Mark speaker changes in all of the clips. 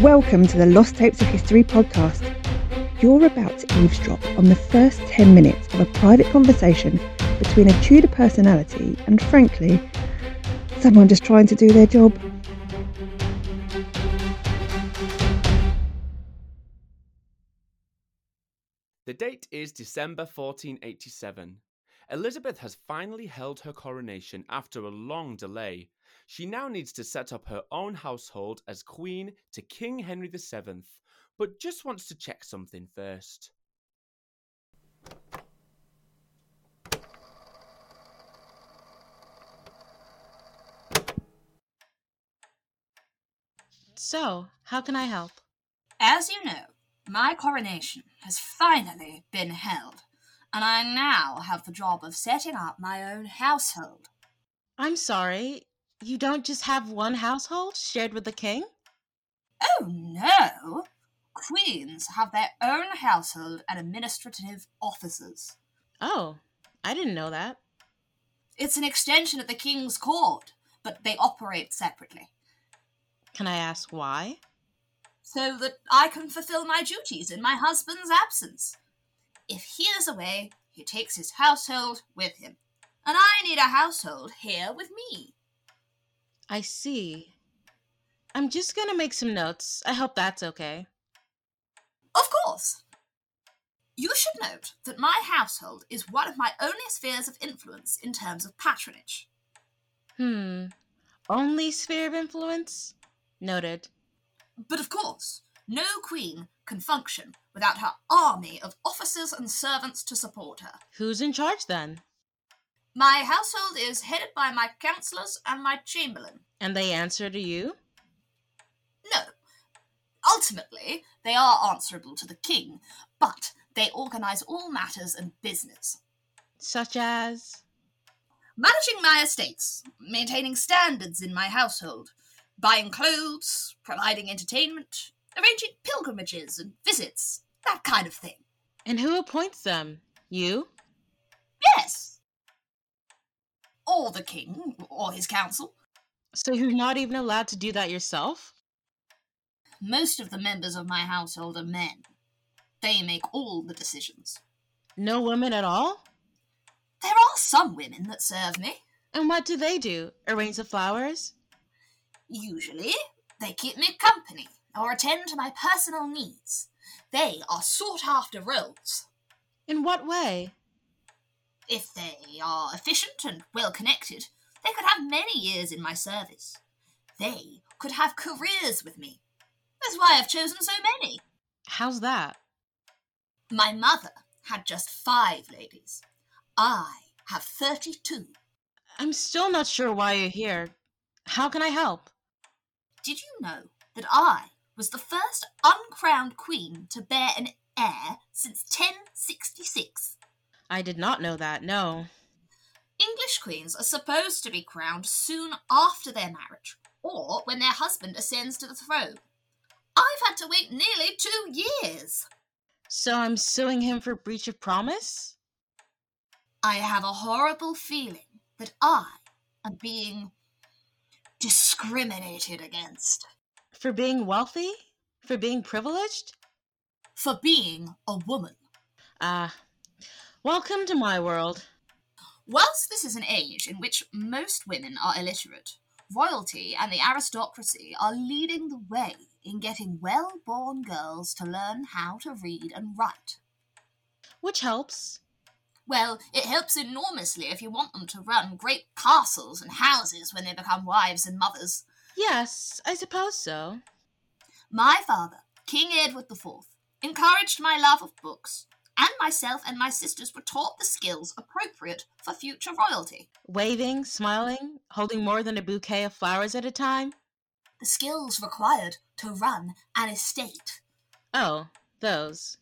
Speaker 1: Welcome to the Lost Tapes of History podcast. You're about to eavesdrop on the first 10 minutes of a private conversation between a Tudor personality and, frankly, someone just trying to do their job.
Speaker 2: The date is December 1487. Elizabeth has finally held her coronation after a long delay. She now needs to set up her own household as queen to King Henry VII, but just wants to check something first.
Speaker 3: So, how can I help?
Speaker 4: As you know, my coronation has finally been held, and I now have the job of setting up my own household.
Speaker 3: I'm sorry, you don't just have one household shared with the king?
Speaker 4: Oh no! Queens have their own household and administrative offices.
Speaker 3: Oh, I didn't know that.
Speaker 4: It's an extension of the king's court, but they operate separately,
Speaker 3: Can I ask why?
Speaker 4: so that I can fulfill my duties in my husband's absence. If he is away, he takes his household with him, and I need a household here with me.
Speaker 3: I see. I'm just gonna make some notes. I hope that's okay.
Speaker 4: Of course. You should note that my household is one of my only spheres of influence in terms of patronage.
Speaker 3: Hmm. Only sphere of influence? Noted.
Speaker 4: But of course, no queen can function without her army of officers and servants to support her.
Speaker 3: Who's in charge then?
Speaker 4: My household is headed by my councillors and my chamberlain.
Speaker 3: And they answer to you?
Speaker 4: No, ultimately, they are answerable to the king, but they organise all matters and business.
Speaker 3: Such as.
Speaker 4: managing my estates, maintaining standards in my household, buying clothes, providing entertainment, arranging pilgrimages and visits, that kind of thing.
Speaker 3: And who appoints them? You?
Speaker 4: Yes! Or the king, or his council.
Speaker 3: So you're not even allowed to do that yourself?
Speaker 4: Most of the members of my household are men. They make all the decisions.
Speaker 3: No women at all?
Speaker 4: There are some women that serve me.
Speaker 3: And what do they do? Arrange the flowers?
Speaker 4: Usually, they keep me company or attend to my personal needs. They are sought after roles.
Speaker 3: In what way?
Speaker 4: If they are efficient and well connected, they could have many years in my service. They could have careers with me. That's why I've chosen so many.
Speaker 3: How's that?
Speaker 4: My mother had just five ladies. I have 32.
Speaker 3: I'm still not sure why you're here. How can I help?
Speaker 4: Did you know that I was the first uncrowned queen to bear an heir since 1066?
Speaker 3: I did not know that, no.
Speaker 4: English queens are supposed to be crowned soon after their marriage, or when their husband ascends to the throne. I've had to wait nearly two years.
Speaker 3: So I'm suing him for breach of promise?
Speaker 4: I have a horrible feeling that I am being discriminated against
Speaker 3: For being wealthy? For being privileged?
Speaker 4: for being a woman.
Speaker 3: Ah. welcome to my world.
Speaker 4: Whilst this is an age in which most women are illiterate, royalty and the aristocracy are leading the way in getting well born girls to learn how to read and write.
Speaker 3: Which helps.
Speaker 4: Well, it helps enormously if you want them to run great castles and houses when they become wives and mothers.
Speaker 3: Yes, I suppose so.
Speaker 4: My father, King Edward IV, encouraged my love of books, and myself and my sisters were taught the skills appropriate for future royalty.
Speaker 3: Waving, smiling, holding more than a bouquet of flowers at a time.
Speaker 4: The skills required to run an estate.
Speaker 3: Oh, those.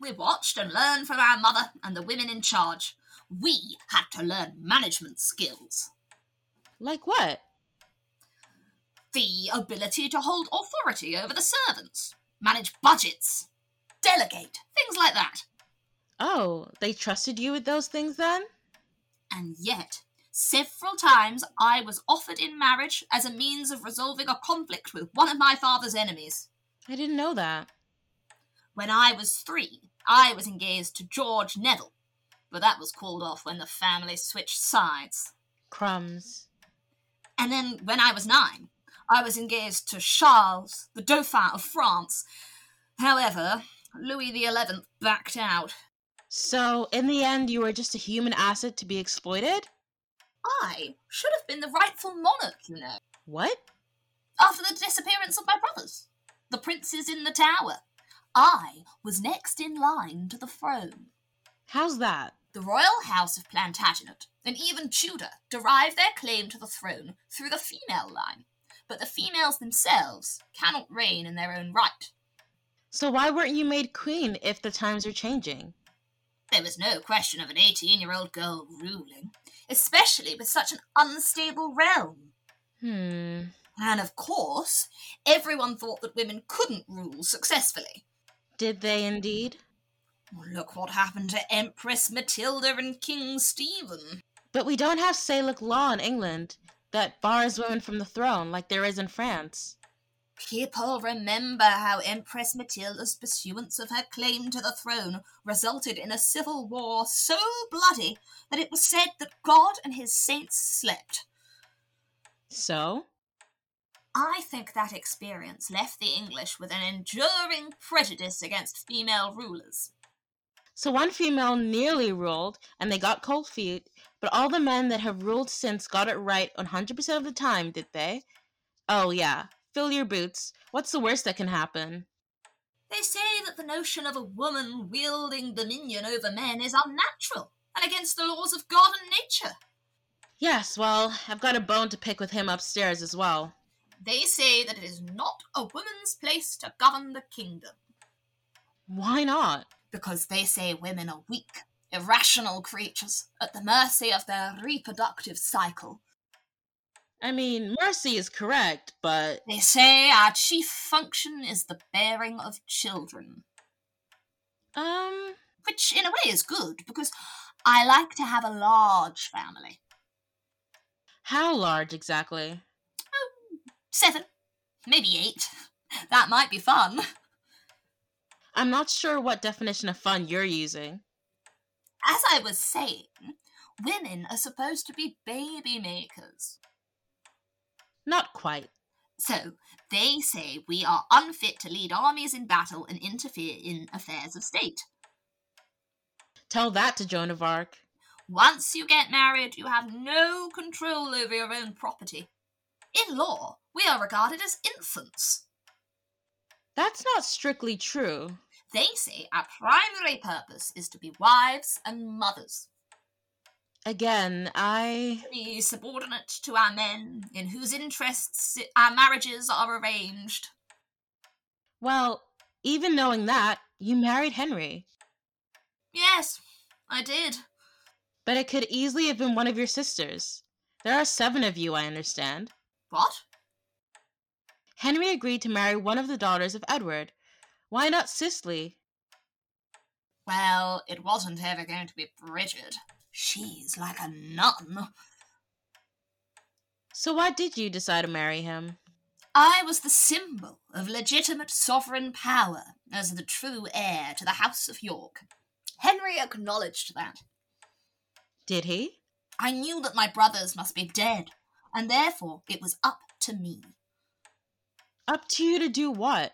Speaker 4: We watched and learned from our mother and the women in charge. We had to learn management skills.
Speaker 3: Like what?
Speaker 4: The ability to hold authority over the servants, manage budgets, delegate, things like that.
Speaker 3: Oh, they trusted you with those things then?
Speaker 4: And yet, Several times I was offered in marriage as a means of resolving a conflict with one of my father's enemies.
Speaker 3: I didn't know that.
Speaker 4: When I was three, I was engaged to George Neville, but that was called off when the family switched sides.
Speaker 3: Crumbs.
Speaker 4: And then when I was nine, I was engaged to Charles, the Dauphin of France. However, Louis XI backed out.
Speaker 3: So, in the end, you were just a human asset to be exploited?
Speaker 4: I should have been the rightful monarch, you know,
Speaker 3: What?
Speaker 4: after the disappearance of my brothers, the princes in the tower. I was next in line to the throne.
Speaker 3: How's that?
Speaker 4: The royal house of Plantagenet and even Tudor derive their claim to the throne through the female line, but the females themselves cannot reign in their own right.
Speaker 3: So, why weren't you made queen if the times are changing?
Speaker 4: There was no question of an 18 year old girl ruling, especially with such an unstable realm.
Speaker 3: Hmm.
Speaker 4: And of course, everyone thought that women couldn't rule successfully.
Speaker 3: Did they indeed?
Speaker 4: Look what happened to Empress Matilda and King Stephen.
Speaker 3: But we don't have Salic law in England that bars women from the throne like there is in France.
Speaker 4: People remember how Empress Matilda's pursuance of her claim to the throne resulted in a civil war so bloody that it was said that God and his saints slept.
Speaker 3: So?
Speaker 4: I think that experience left the English with an enduring prejudice against female rulers.
Speaker 3: So one female nearly ruled, and they got cold feet, but all the men that have ruled since got it right 100% of the time, did they? Oh, yeah. Fill your boots. What's the worst that can happen?
Speaker 4: They say that the notion of a woman wielding dominion over men is unnatural and against the laws of God and nature.
Speaker 3: Yes, well, I've got a bone to pick with him upstairs as well.
Speaker 4: They say that it is not a woman's place to govern the kingdom.
Speaker 3: Why not?
Speaker 4: because they say women are weak, irrational creatures at the mercy of their reproductive cycle.
Speaker 3: I mean, mercy is correct, but
Speaker 4: They say our chief function is the bearing of children,
Speaker 3: um,
Speaker 4: which in a way is good because I like to have a large family.
Speaker 3: how large exactly?
Speaker 4: Seven, maybe eight. That might be fun.
Speaker 3: I'm not sure what definition of fun you're using.
Speaker 4: As I was saying, women are supposed to be baby makers.
Speaker 3: Not quite.
Speaker 4: So, they say we are unfit to lead armies in battle and interfere in affairs of state.
Speaker 3: Tell that to Joan of Arc.
Speaker 4: Once you get married, you have no control over your own property. In law, we are regarded as infants.
Speaker 3: That's not strictly true.
Speaker 4: They say our primary purpose is to be wives and mothers,
Speaker 3: Again, I.
Speaker 4: to be subordinate to our men, in whose interests our marriages are arranged.
Speaker 3: Well, even knowing that, you married Henry.
Speaker 4: Yes, I did.
Speaker 3: But it could easily have been one of your sisters. There are seven of you, I understand.
Speaker 4: What?
Speaker 3: Henry agreed to marry one of the daughters of Edward. Why not Cicely?
Speaker 4: Well, it wasn't ever going to be Bridget. She's like a nun.
Speaker 3: So why did you decide to marry him?
Speaker 4: I was the symbol of legitimate sovereign power as the true heir to the House of York. Henry acknowledged that.
Speaker 3: Did he?
Speaker 4: I knew that my brothers must be dead, and therefore it was up to me.
Speaker 3: Up to you to do what?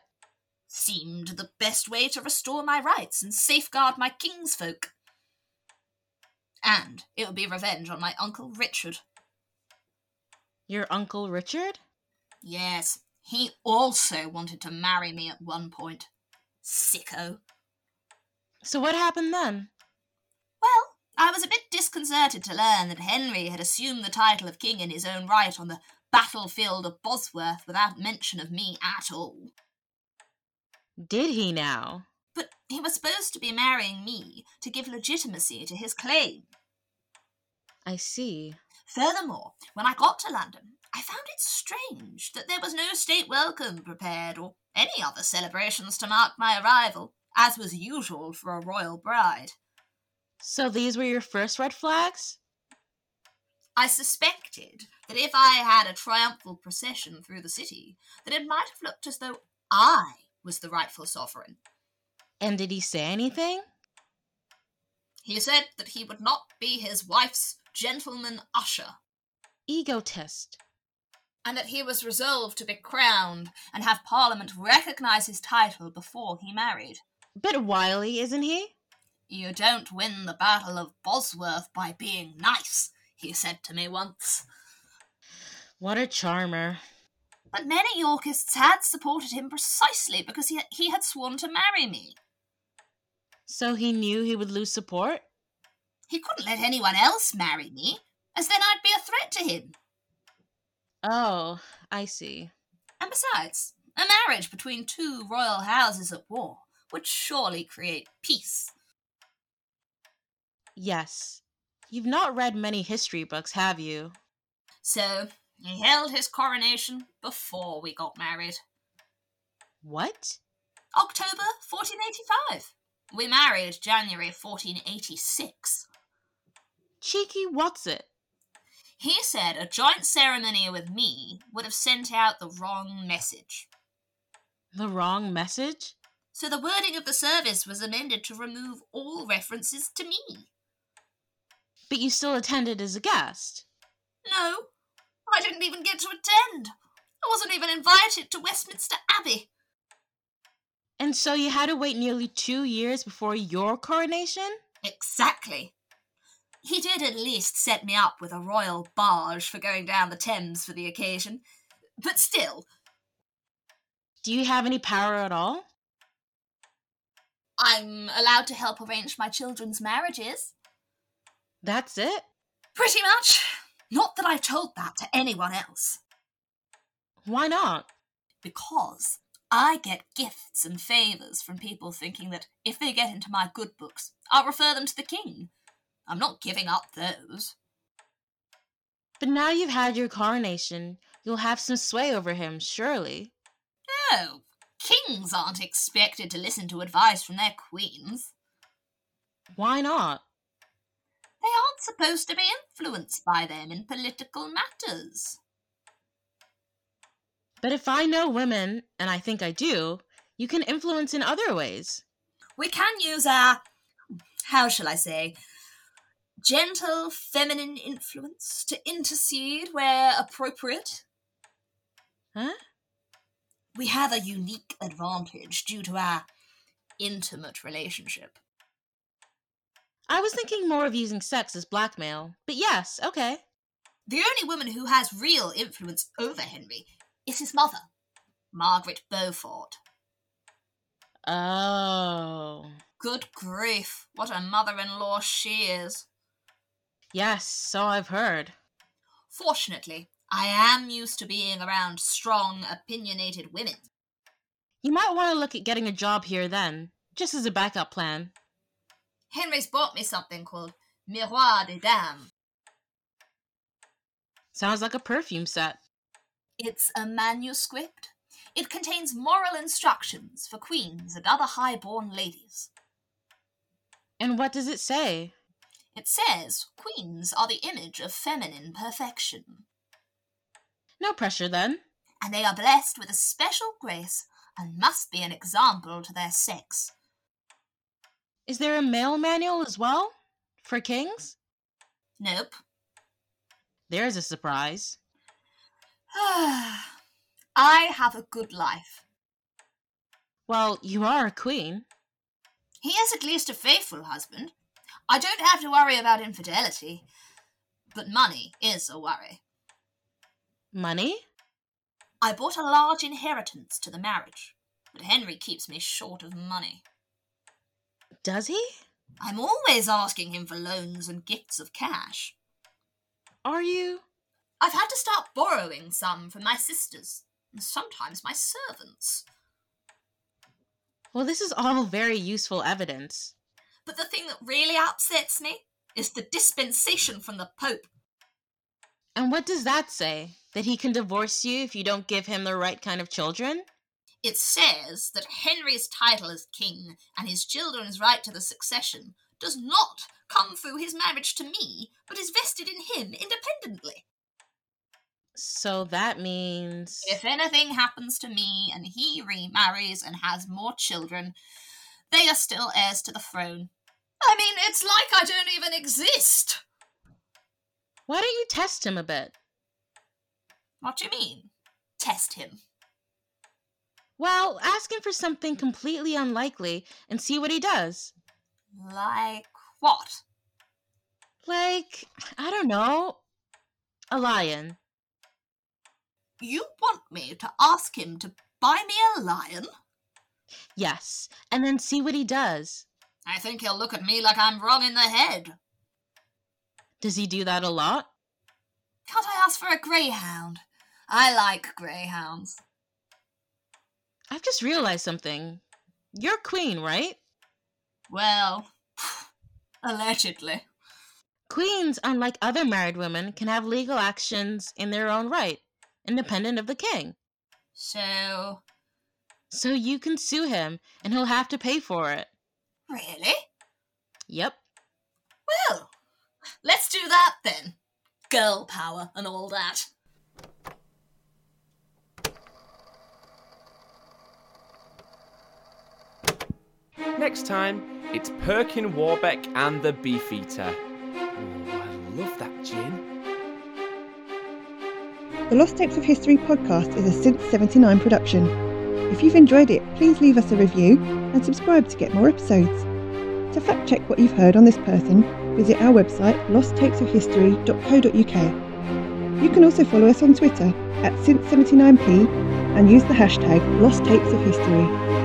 Speaker 4: Seemed the best way to restore my rights and safeguard my kinsfolk. And it would be revenge on my uncle Richard.
Speaker 3: Your uncle Richard?
Speaker 4: Yes, he also wanted to marry me at one point. Sicko.
Speaker 3: So what happened then?
Speaker 4: Well, I was a bit disconcerted to learn that Henry had assumed the title of king in his own right on the battlefield of Bosworth without mention of me at all.
Speaker 3: Did he now?
Speaker 4: But he was supposed to be marrying me to give legitimacy to his claim.
Speaker 3: I see.
Speaker 4: Furthermore, when I got to London, I found it strange that there was no state welcome prepared or any other celebrations to mark my arrival, as was usual for a royal bride.
Speaker 3: So these were your first red flags?
Speaker 4: I suspected that if I had a triumphal procession through the city, that it might have looked as though I was the rightful sovereign.
Speaker 3: And did he say anything?
Speaker 4: He said that he would not be his wife's gentleman usher,
Speaker 3: Egotist.
Speaker 4: and that he was resolved to be crowned and have Parliament recognise his title before he married.
Speaker 3: But wily, isn't he?
Speaker 4: You don't win the Battle of Bosworth by being nice, he said to me once.
Speaker 3: What a charmer.
Speaker 4: But many Yorkists had supported him precisely because he, he had sworn to marry me.
Speaker 3: So he knew he would lose support?
Speaker 4: He couldn't let anyone else marry me, as then I'd be a threat to him.
Speaker 3: Oh, I see.
Speaker 4: And besides, a marriage between two royal houses at war would surely create peace.
Speaker 3: Yes. You've not read many history books, have you?
Speaker 4: So he held his coronation before we got married.
Speaker 3: What?
Speaker 4: October 1485. We married January 1486.
Speaker 3: Cheeky what's it?
Speaker 4: He said a joint ceremony with me would have sent out the wrong message.
Speaker 3: The wrong message?
Speaker 4: So the wording of the service was amended to remove all references to me.
Speaker 3: But you still attended as a guest.
Speaker 4: No, I didn't even get to attend. I wasn't even invited to Westminster Abbey.
Speaker 3: And so you had to wait nearly two years before your coronation?
Speaker 4: Exactly. He did at least set me up with a royal barge for going down the Thames for the occasion. But still,
Speaker 3: Do you have any power at all?
Speaker 4: I'm allowed to help arrange my children's marriages.
Speaker 3: That's it?
Speaker 4: Pretty much. Not that I told that to anyone else.
Speaker 3: Why not?
Speaker 4: Because I get gifts and favours from people thinking that if they get into my good books, I'll refer them to the king. I'm not giving up those.
Speaker 3: But now you've had your coronation, you'll have some sway over him, surely.
Speaker 4: No, Oh, kings aren't expected to listen to advice from their queens.
Speaker 3: Why not?
Speaker 4: They aren't supposed to be influenced by them in political matters.
Speaker 3: But if I know women, and I think I do, you can influence in other ways.
Speaker 4: We can use our, how shall I say, gentle feminine influence to intercede where appropriate.
Speaker 3: Huh?
Speaker 4: We have a unique advantage due to our intimate relationship.
Speaker 3: I was thinking more of using sex as blackmail, but yes, okay.
Speaker 4: The only woman who has real influence over Henry is his mother, Margaret Beaufort.
Speaker 3: Oh.
Speaker 4: Good grief, what a mother in law she is.
Speaker 3: Yes, so I've heard.
Speaker 4: Fortunately, I am used to being around strong, opinionated women.
Speaker 3: You might want to look at getting a job here then, just as a backup plan.
Speaker 4: Henry's bought me something called Miroir des Dames.
Speaker 3: Sounds like a perfume set.
Speaker 4: It's a manuscript. It contains moral instructions for queens and other high-born ladies.
Speaker 3: And what does it say?
Speaker 4: It says queens are the image of feminine perfection,
Speaker 3: No pressure then.
Speaker 4: and they are blessed with a special grace and must be an example to their sex.
Speaker 3: Is there a male manual as well? For kings?
Speaker 4: Nope.
Speaker 3: There's a surprise.
Speaker 4: I have a good life.
Speaker 3: Well, you are a queen.
Speaker 4: He is at least a faithful husband. I don't have to worry about infidelity, but money is a worry.
Speaker 3: Money?
Speaker 4: I bought a large inheritance to the marriage, but Henry keeps me short of money.
Speaker 3: Does he?
Speaker 4: I'm always asking him for loans and gifts of cash.
Speaker 3: Are you?
Speaker 4: I've had to start borrowing some from my sisters, and sometimes my servants.
Speaker 3: Well, this is all very useful evidence.
Speaker 4: But the thing that really upsets me is the dispensation from the Pope.
Speaker 3: And what does that say? That he can divorce you if you don't give him the right kind of children?
Speaker 4: It says that Henry's title as king and his children's right to the succession does not come through his marriage to me, but is vested in him independently.
Speaker 3: So that means.
Speaker 4: If anything happens to me and he remarries and has more children, they are still heirs to the throne. I mean, it's like I don't even exist.
Speaker 3: Why don't you test him a bit?
Speaker 4: What do you mean? Test him.
Speaker 3: Well, ask him for something completely unlikely and see what he does.
Speaker 4: Like what?
Speaker 3: Like, I don't know, a lion.
Speaker 4: You want me to ask him to buy me a lion?
Speaker 3: Yes, and then see what he does.
Speaker 4: I think he'll look at me like I'm wrong in the head.
Speaker 3: Does he do that a lot?
Speaker 4: Can't I ask for a greyhound? I like greyhounds.
Speaker 3: I've just realized something. You're queen, right?
Speaker 4: Well, allegedly.
Speaker 3: Queens, unlike other married women, can have legal actions in their own right, independent of the king.
Speaker 4: So,
Speaker 3: So you can sue him, and he'll have to pay for it.
Speaker 4: really?
Speaker 3: Yep.
Speaker 4: Well, let's do that then. Girl power and all that.
Speaker 2: Next time, it's Perkin Warbeck and the Beefeater. Ooh, I love that gin.
Speaker 1: The Lost Tapes of History podcast is a Since 79 production. If you've enjoyed it, please leave us a review and subscribe to get more episodes. To fact check what you've heard on this person, visit our website losttapesofhistory.co.uk. You can also follow us on Twitter at Since79p and use the hashtag Lost Tapes of History.